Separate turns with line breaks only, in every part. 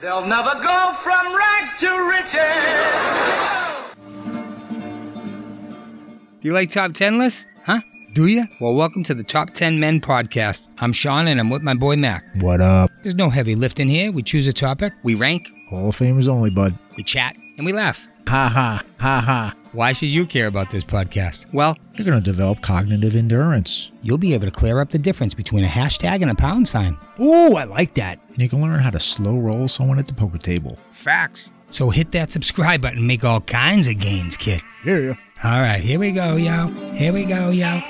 They'll never go from rags to riches.
Do you like top 10 lists? Huh? Do you? Well, welcome to the Top 10 Men podcast. I'm Sean and I'm with my boy Mac.
What up?
There's no heavy lifting here. We choose a topic, we rank,
Hall of Famers only, bud.
we chat, and we laugh.
Ha ha. Ha ha.
Why should you care about this podcast? Well,
You're going to develop cognitive endurance.
you'll be able to clear up the difference between a hashtag and a pound sign.
Ooh, I like that. And you can learn how to slow roll someone at the poker table.
Facts. So hit that subscribe button and make all kinds of gains, kid.
Yeah.
All right, here we go, yo. Here we go, yo.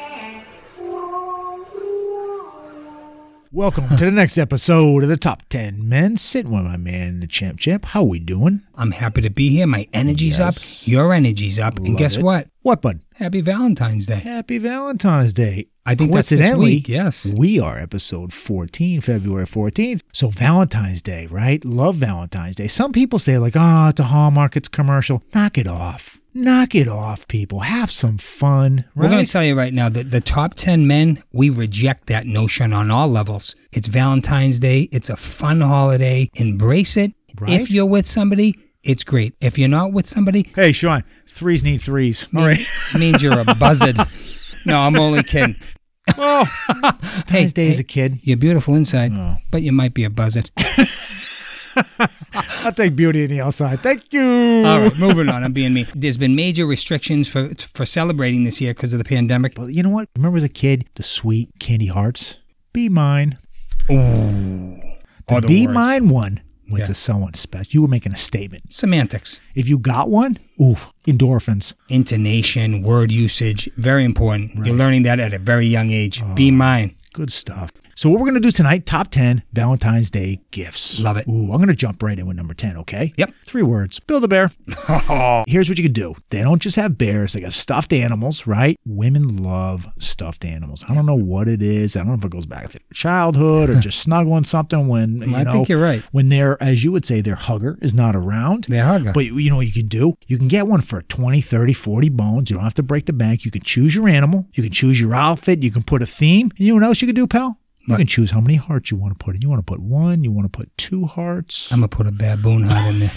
Welcome to the next episode of the Top 10 Men. Sitting with my man, the Champ Champ. How we doing?
I'm happy to be here. My energy's
Yes.
up. Your energy's up. and
Love
guess
it.
what?
What, bud?
Happy Valentine's Day.
Happy Valentine's Day.
I think that's this
Coincidentally,
week, yes.
We are episode 14, February 14th. So Valentine's Day, right? Love Valentine's Day. Some people say like, "Ah, it's a Hallmark, it's commercial." Knock it off. Knock it off, people. Have some fun, right?
We're going to tell you right now that the top 10 men, we reject that notion on all levels. It's Valentine's Day. It's a fun holiday. Embrace it.
Right.
If you're with somebody, it's great. If you're not with somebody,
hey, Sean, threes need threes. All right.
means you're a buzzard. no, I'm only kidding.
oh, Valentine's Day as
hey.
a kid.
You're beautiful inside,
Oh.
but you might be a buzzard.
I'll take beauty on the outside. Thank you.
All right, moving on. I'm being me. There's been major restrictions for for celebrating this year because of the pandemic.
But you know what? Remember as a kid, the sweet candy hearts? Be mine.
Or
The
the
be
worst.
mine one went
Yeah.
to someone special. You were making a statement.
Semantics,
If you got one, oof, endorphins.
intonation, word usage, very important. You're learning that at a very young age. Be mine.
Good stuff. So what we're gonna do tonight, top ten Valentine's Day gifts.
Love it.
Ooh, I'm gonna jump right in with number ten, okay?
Yep.
Three words. Build a bear. Here's what you can do. They don't just have bears, they got stuffed animals, right? Women love stuffed animals. I don't know what it is. I don't know if it goes back to childhood or just snuggling something when you
I
know,
think you're right.
When their as you would say, their hugger is not around.
Their hugger.
But you know what you can do? You can get one for 20, 30, 40 bones. You don't have to break the bank. You can choose your animal. You can choose your outfit. You can put a theme. And you know what else you can do, pal? You
What?
can choose how many hearts you want to put in. You want to put one. You want to put two hearts.
I'm gonna put a baboon heart in there.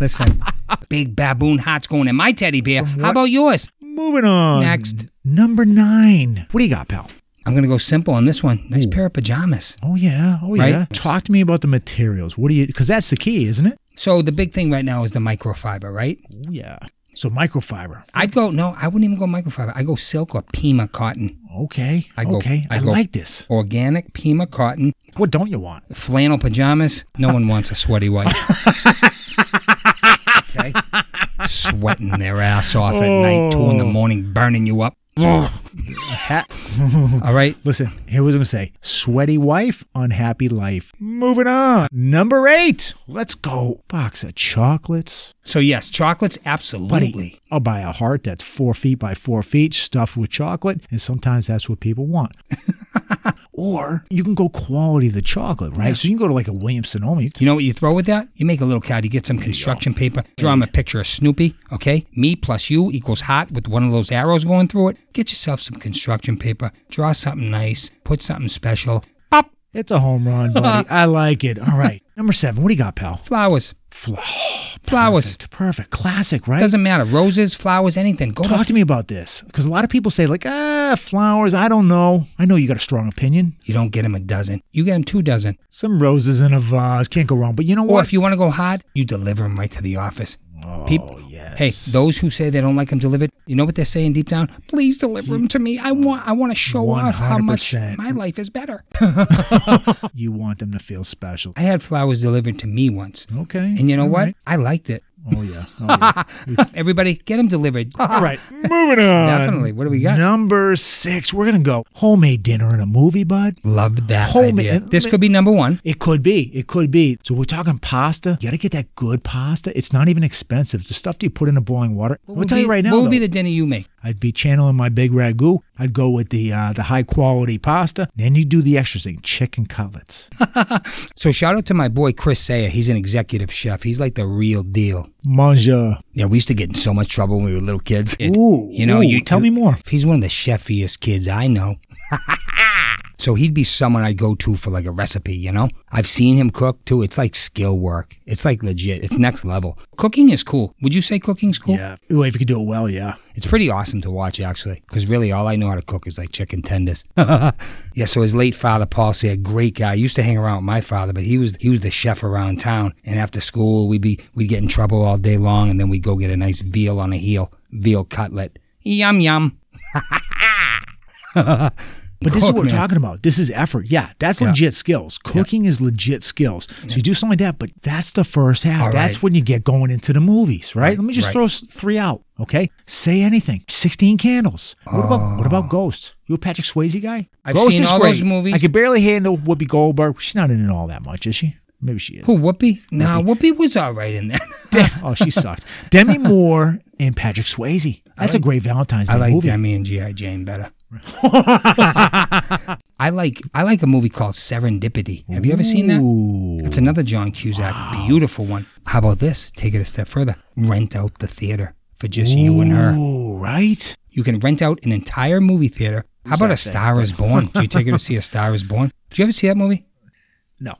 Listen, big baboon heart's going in my teddy bear. How about yours?
Moving on.
Next.
Number nine. What do you got, pal?
I'm gonna go simple on this one. Nice pair of pajamas.
Oh, yeah. Oh,
Right?
yeah. Talk to me about the materials. What do you, because that's the key, isn't it?
So the big thing right now is the microfiber, right?
Oh, yeah. So microfiber.
I'd go no, I wouldn't even go microfiber. I go silk or Pima cotton,
Okay.
I go-
okay.
I
I
go-
like this.
organic Pima cotton,
What don't you want?
flannel pajamas. No one wants a sweaty wife. okay, sweating their ass off at night, two
Oh.
in the morning, burning you up. All right,
Listen, here was I gonna say. Sweaty wife, unhappy life. Moving on. Number eight. Let's go. Box of chocolates.
so yes, chocolates
Buddy,
absolutely.
I'll buy a heart that's four feet by four feet, stuffed with chocolate, and sometimes that's what people want. or you can go quality of the chocolate, right? So you can go to like a Williams Sonoma.
You know what you throw with that? You make a little card. You get some construction paper. Draw him a picture of Snoopy. Okay, me plus you equals hot with one of those arrows going through it. Get yourself some construction paper. Draw something nice. Put something special. Pop
It's a home run, buddy. I like it. All right. Number seven. What do you got, pal?
flowers.
Fla-
Flowers.
Perfect. Perfect. Classic, right?
Doesn't matter. Roses, flowers, anything. Go
Talk
to.
to me about this because a lot of people say, like, ah, flowers, I don't know. I know you got a strong opinion.
You don't get him a dozen. You get him two dozen.
Some roses in a vase can't go wrong, but you know
Or
what?
if you want to go hot, you deliver him right to the office. People, hey,
Oh, yes.
those who say they don't like him delivered, you know what they're saying deep down? Please deliver him to me. I want, I want to show off how much
100%.
my life is better.
you want them to feel special.
I had flowers delivered to me once.
Okay.
And you know
all
what?
right.
I liked it.
Oh yeah. Oh, yeah.
Everybody, get them delivered.
all right. Moving on.
Definitely. What do we got?
Number six. We're gonna go homemade dinner and a movie, bud.
Loved that
Homemade-
idea. This could be number one.
It could be. It could be. So we're talking pasta. You gotta get that good pasta. It's not even expensive. It's the stuff that you put in the boiling water. I'll
would
tell
be-
you right now.
What would
though,
be the dinner you make?
I'd be channeling my big ragu. I'd go with the uh, the high quality pasta. Then you do the extra thing, chicken cutlets.
So shout out to my boy Chris Sayer. He's an executive chef. He's like the real deal.
Manja.
Yeah, we used to get in so much trouble when we were little kids.
Ooh,
you know,
ooh,
you
tell me more.
He's one of the chefiest kids I know. So he'd be someone I go to for like a recipe, you know? I've seen him cook too. It's like skill work. It's like legit. It's next level. Cooking is cool. Would you say cooking's cool?
Yeah. Well, if you could do it well, yeah.
It's pretty awesome to watch actually, because really all I know how to cook is like chicken tenders. yeah, so his late father Paul said, great guy. He used to hang around with my father, but he was he was the chef around town. And after school we'd be we'd get in trouble all day long and then we'd go get a nice veal on a heel, veal cutlet. Yum yum.
But this is
Cook,
what we're
man.
talking about. This is effort. Yeah, that's
Yeah.
legit skills. Cooking is legit skills. So you do something like that, but that's the first half.
All
that's
right.
when you get going into the movies, right?
Right,
Let me just
right.
throw s- three out. Okay, say anything. Sixteen Candles. What about what about Ghost? You a Patrick Swayze guy?
Ah. I've
Ghost
seen
is
all
great.
those movies.
I could barely handle Whoopi Goldberg. She's not in it all that much, is she? Maybe she is.
Who, Whoopi? Nah, Whoopi was all right in that.
oh, she sucked. Demi Moore and Patrick Swayze. That's a great Valentine's Day
I like
movie.
Demi and G.I. Jane better. I like I like a movie called Serendipity. Have you ever seen that?
Ooh.
It's another John Cusack, beautiful one. How about this? Take it a step further. Rent out the theater for just you and her.
Ooh, right?
You can rent out an entire movie theater. How about A
that saying?
Star Is Born? Do you take her to see A Star Is Born? Did you ever see that movie?
No.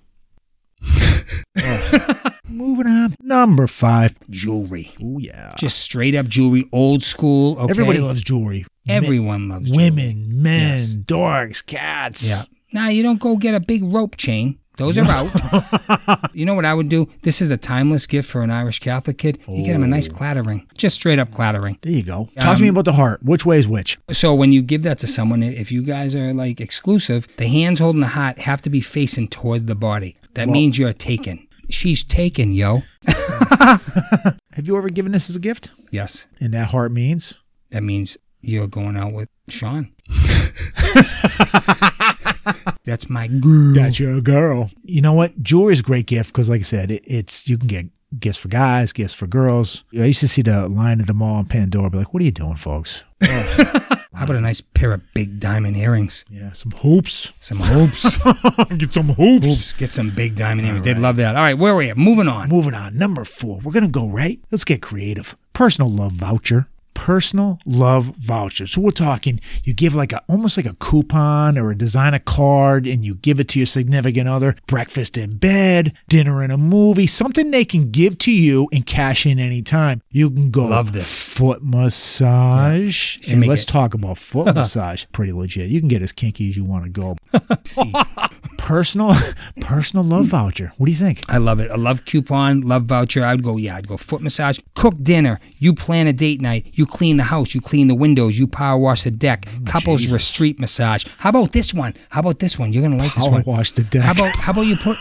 Moving on. Number five.
Jewelry,
Oh, yeah.
just straight up jewelry, old school. Okay,
Everybody loves jewelry. Men-
Everyone loves jewelry.
women, men, dogs, cats.
Yeah. Now you don't go get a big rope chain. Those are out. you know what I would do? This is a timeless gift for an Irish Catholic kid. You get him a nice clatter ring, just straight up clatter ring.
There you go. Talk to me about the heart. Which way is which?
So when you give that to someone, if you guys are like exclusive, the hands holding the heart have to be facing towards the body. That means you're taken. She's taken, yo.
Have you ever given this as a gift?
Yes.
And that heart means?
That means you're going out with Sean. That's my girl.
That's your girl. You know what? Jewelry is a great gift because, like I said, it, it's you can get gifts for guys, gifts for girls. I used to see the line at the mall in Pandora, be like, "What are you doing, folks?
How about a nice pair of big diamond earrings?
Yeah, some hoops.
Some hoops.
get some hoops.
Oops, get some big diamond earrings. They'd love that. All right, where are we at? Moving on.
Moving on, number four. We're gonna go right. Let's get creative. Personal love voucher. Personal love voucher. So we're talking. You give like a almost like a coupon or a designer card, and you give it to your significant other. Breakfast in bed, dinner in a movie, something they can give to you and cash in anytime. You can go
Love this.
foot massage.
You
And
make
let's
it-
talk about foot massage. Pretty legit. You can get as kinky as you want to go. personal, personal love voucher. What do you think?
I love it. I love coupon, love voucher. I would go, yeah, I'd go foot massage, cook dinner. You plan a date night. You clean the house. You clean the windows. You power wash the deck. Couples for street massage. How about this one? How about this one? You're gonna like this
Power
one.
wash the deck.
How about how about you put?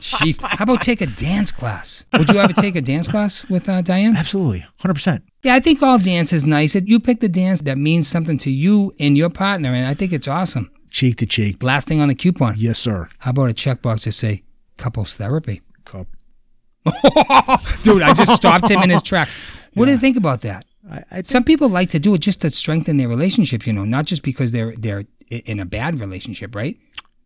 Jeez. How about take a dance class? Would you ever take a dance class with uh, Diane?
Absolutely, hundred percent.
Yeah, I think all dance is nice. It, you pick the dance that means something to you and your partner, and I think it's awesome.
Cheek to cheek.
Blasting on the coupon.
Yes, sir.
How about a checkbox to say couples therapy?
Cup.
Dude, I just stopped him in his tracks. What do you think about that?
I, I
Some people like to do it just to strengthen their relationships, you know, not just because they're they're i- in a bad relationship, right?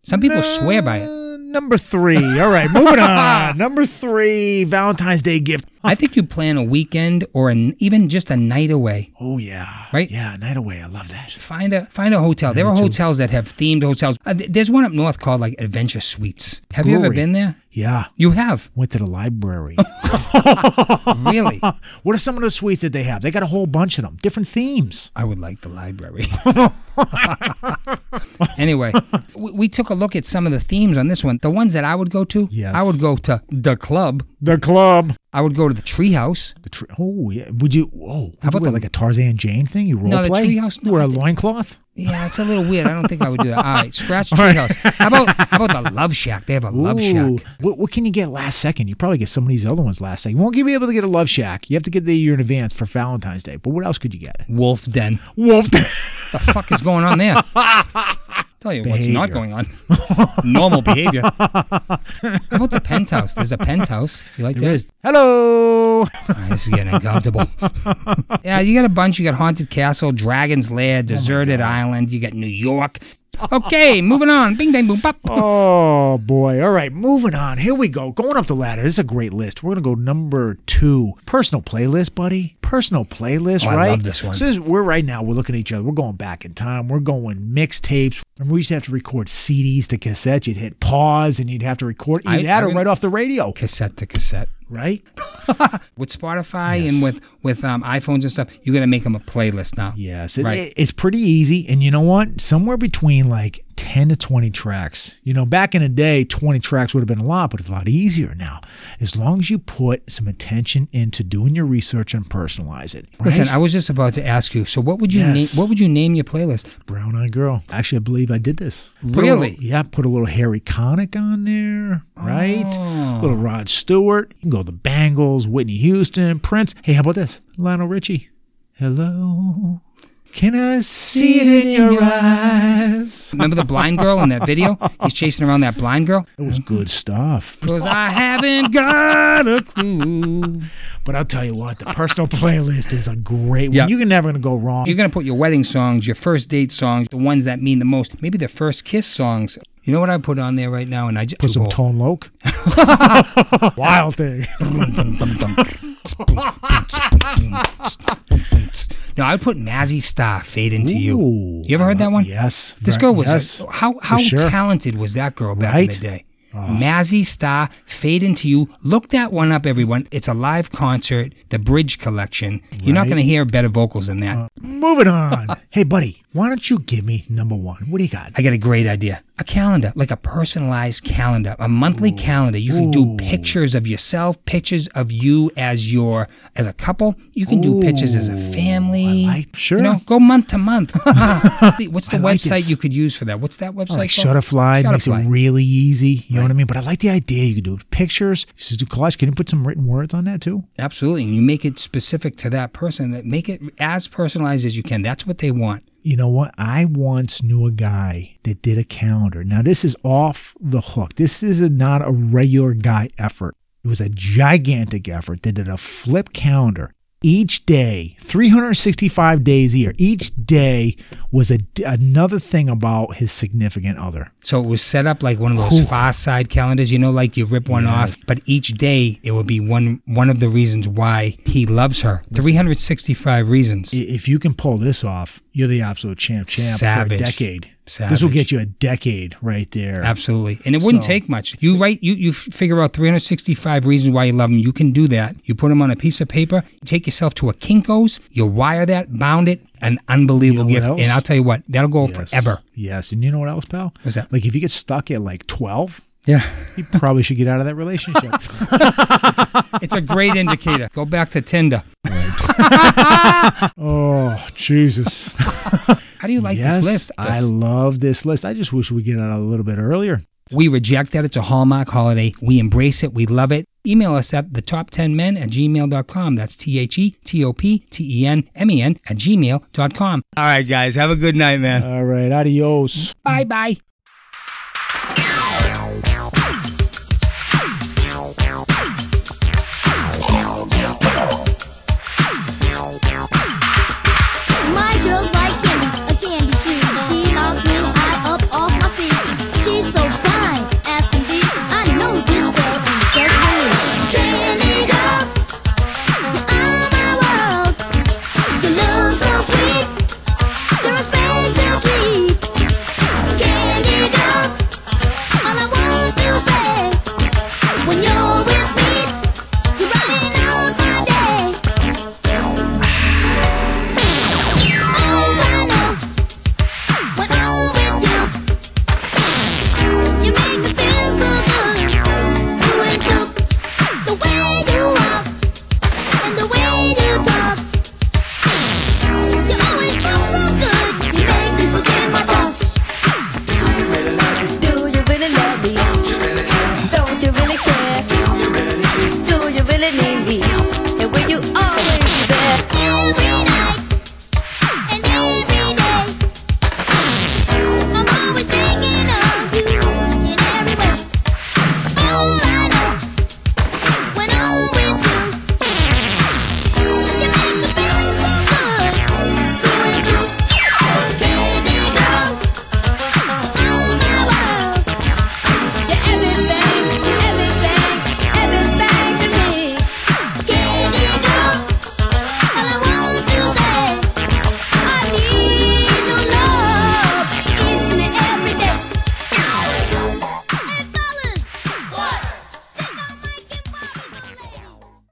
Some people swear by it.
Uh, number three. All right, moving on. Number three, Valentine's Day gift.
I think you plan a weekend or an, even just a night away.
Oh yeah.
Right?
Yeah, night away. I love that.
Find a find a hotel. There are hotels that have themed hotels. Uh, th- there's one up north called like Adventure Suites. Have you ever
Brewery.
been there?
Yeah.
You have,
Went to the library.
really?
what are some of the suites that they have? They got a whole bunch of them, different themes.
I would like the library. anyway, we, we took a look at some of the themes on this one. The ones that I would go to,
Yes.
I would go to the club.
The club.
I would go to the treehouse.
The tree. Oh yeah. Would you? Whoa. How
about
about wear,
the-
like a Tarzan Jane thing? You role
No, the
play.
treehouse-
You
no,
wear
I
a
think-
loincloth.
Yeah, it's a little weird. I don't think I would do that. All right, scratch treehouse. How about how about the love shack? They have a love
Ooh.
shack.
What, what can you get last second? You probably get some of these other ones last second. You won't be able to get a love shack. You have to get the year in advance for Valentine's Day. But what else could you get?
Wolf den.
Wolf.
The fuck is going on there? Tell you what's not
Behavior.
going on. Normal behavior. How about the penthouse? There's a penthouse. You like
there
that?
is. Hello.
Ah, This is getting uncomfortable.
Oh
yeah, you got a bunch. You got Haunted Castle, Dragon's Lair, Deserted Island. You got New York. Okay, moving on. Bing, bang, boom, bop.
Oh boy. All right, moving on. Here we go. Going up the ladder. This is a great list. We're gonna go number two. Personal playlist, buddy. Personal playlist,
Oh, I
right?
love this one.
So this, we're right now, we're looking at each other. We're going back in time. We're going mixtapes. Remember, we used to have to record CDs to cassette. You'd hit pause and you'd have to record either
I-
that
I
or
mean-
right off the radio.
Cassette to cassette.
Right?
With Spotify and with, with um, iPhones and stuff, you're going to make them a playlist now.
Yes. It,
Right.
it- it's pretty easy. And you know what? Somewhere between like 10 to 20 tracks. You know, back in the day, 20 tracks would have been a lot, but it's a lot easier now. As long as you put some attention into doing your research and personalize it. Right?
Listen, I was just about to ask you. So, what would you
Yes.
name? What would you name your playlist?
Brown Eyed Girl. Actually, I believe I did this. Put a
Really?
little- yeah, put a little Harry Connick on there, right?
Oh.
A little Rod Stewart. You can go the Bangles, Whitney Houston, Prince. Hey, how about this? Lionel Richie. Hello. Can I see it in your eyes?
Remember the blind girl in that video? He's chasing around that blind girl.
It was good stuff.
Because I haven't got a clue.
But I'll tell you what, the personal playlist is a great one.
Yeah.
You're never going to go wrong.
You're gonna put your wedding songs, your first date songs, the ones that mean the most. Maybe the first kiss songs. You know what I put on there right now? And I just
Put some Tone Loc. Wild thing.
No, I put Mazzy Star "Fade Into
Ooh,
You." You ever
I
heard that
love-
one?
yes,
This
ver-
girl was
yes,
a, how how
sure.
talented was that girl back in
Right? Oh.
the day? Mazzy Star "Fade Into You." Look that one up, everyone. It's a live concert, the Bridge Collection. You're not
Right.
gonna hear better vocals than that.
Moving on. hey, buddy, why don't you give me number one? What do you got?
I got a great idea. A calendar, like a personalized calendar, a monthly calendar. You can do
Ooh.
pictures of yourself, pictures of you as your as a couple. You can do pictures as a
Ooh,
family.
I like- sure.
You know, go month to month. What's the
I like
website
this.
you could use for that? What's that website?
like
called?
Shutterfly, makes it
Shutterfly.
really easy. You know what I mean? But I like the idea. You can do pictures. You should do collage. Can you put some written words on that too?
Absolutely. And you make it specific to that person. That make it as personalized as you can. That's what they want.
You know what? I once knew a guy that did a calendar. Now this is off the hook. This is a, not a regular guy effort. It was a gigantic effort. They did a flip calendar. Each day, 365 days a year, each day was a, another thing about his significant other.
So it was set up like one of those far side calendars, you know, like you rip one off, but each day it would be one one of the reasons why he loves her. 365 reasons.
I- if you can pull this off, you're the absolute champ champ for a
Savage.
decade. This will
Savage.
get you a decade right there.
Absolutely. And it wouldn't
So-
take much. You write you you f- figure out 365 reasons why you love him. You can do that. You put them on a piece of paper, you take yourself to a Kinko's, you wire that, bound it, an unbelievable
You know what
gift.
else?
And I'll tell you what, that'll go forever.
Yes. And you know what else, pal?
What's that?
Like if you get stuck at like 12,
Yeah.
you probably should get out of that relationship.
it's a great indicator. Go back to Tinder.
oh, Jesus.
How do you like
yes,
this list?
I love this list. I just wish we get out a little bit earlier.
We reject that it's a Hallmark holiday. We embrace it. We love it. Email us at the top 10 men at gmail.com. That's T H E T O P T E N M E N at gmail.com. All right, guys. Have a good night, man.
All right. Adios.
Bye bye.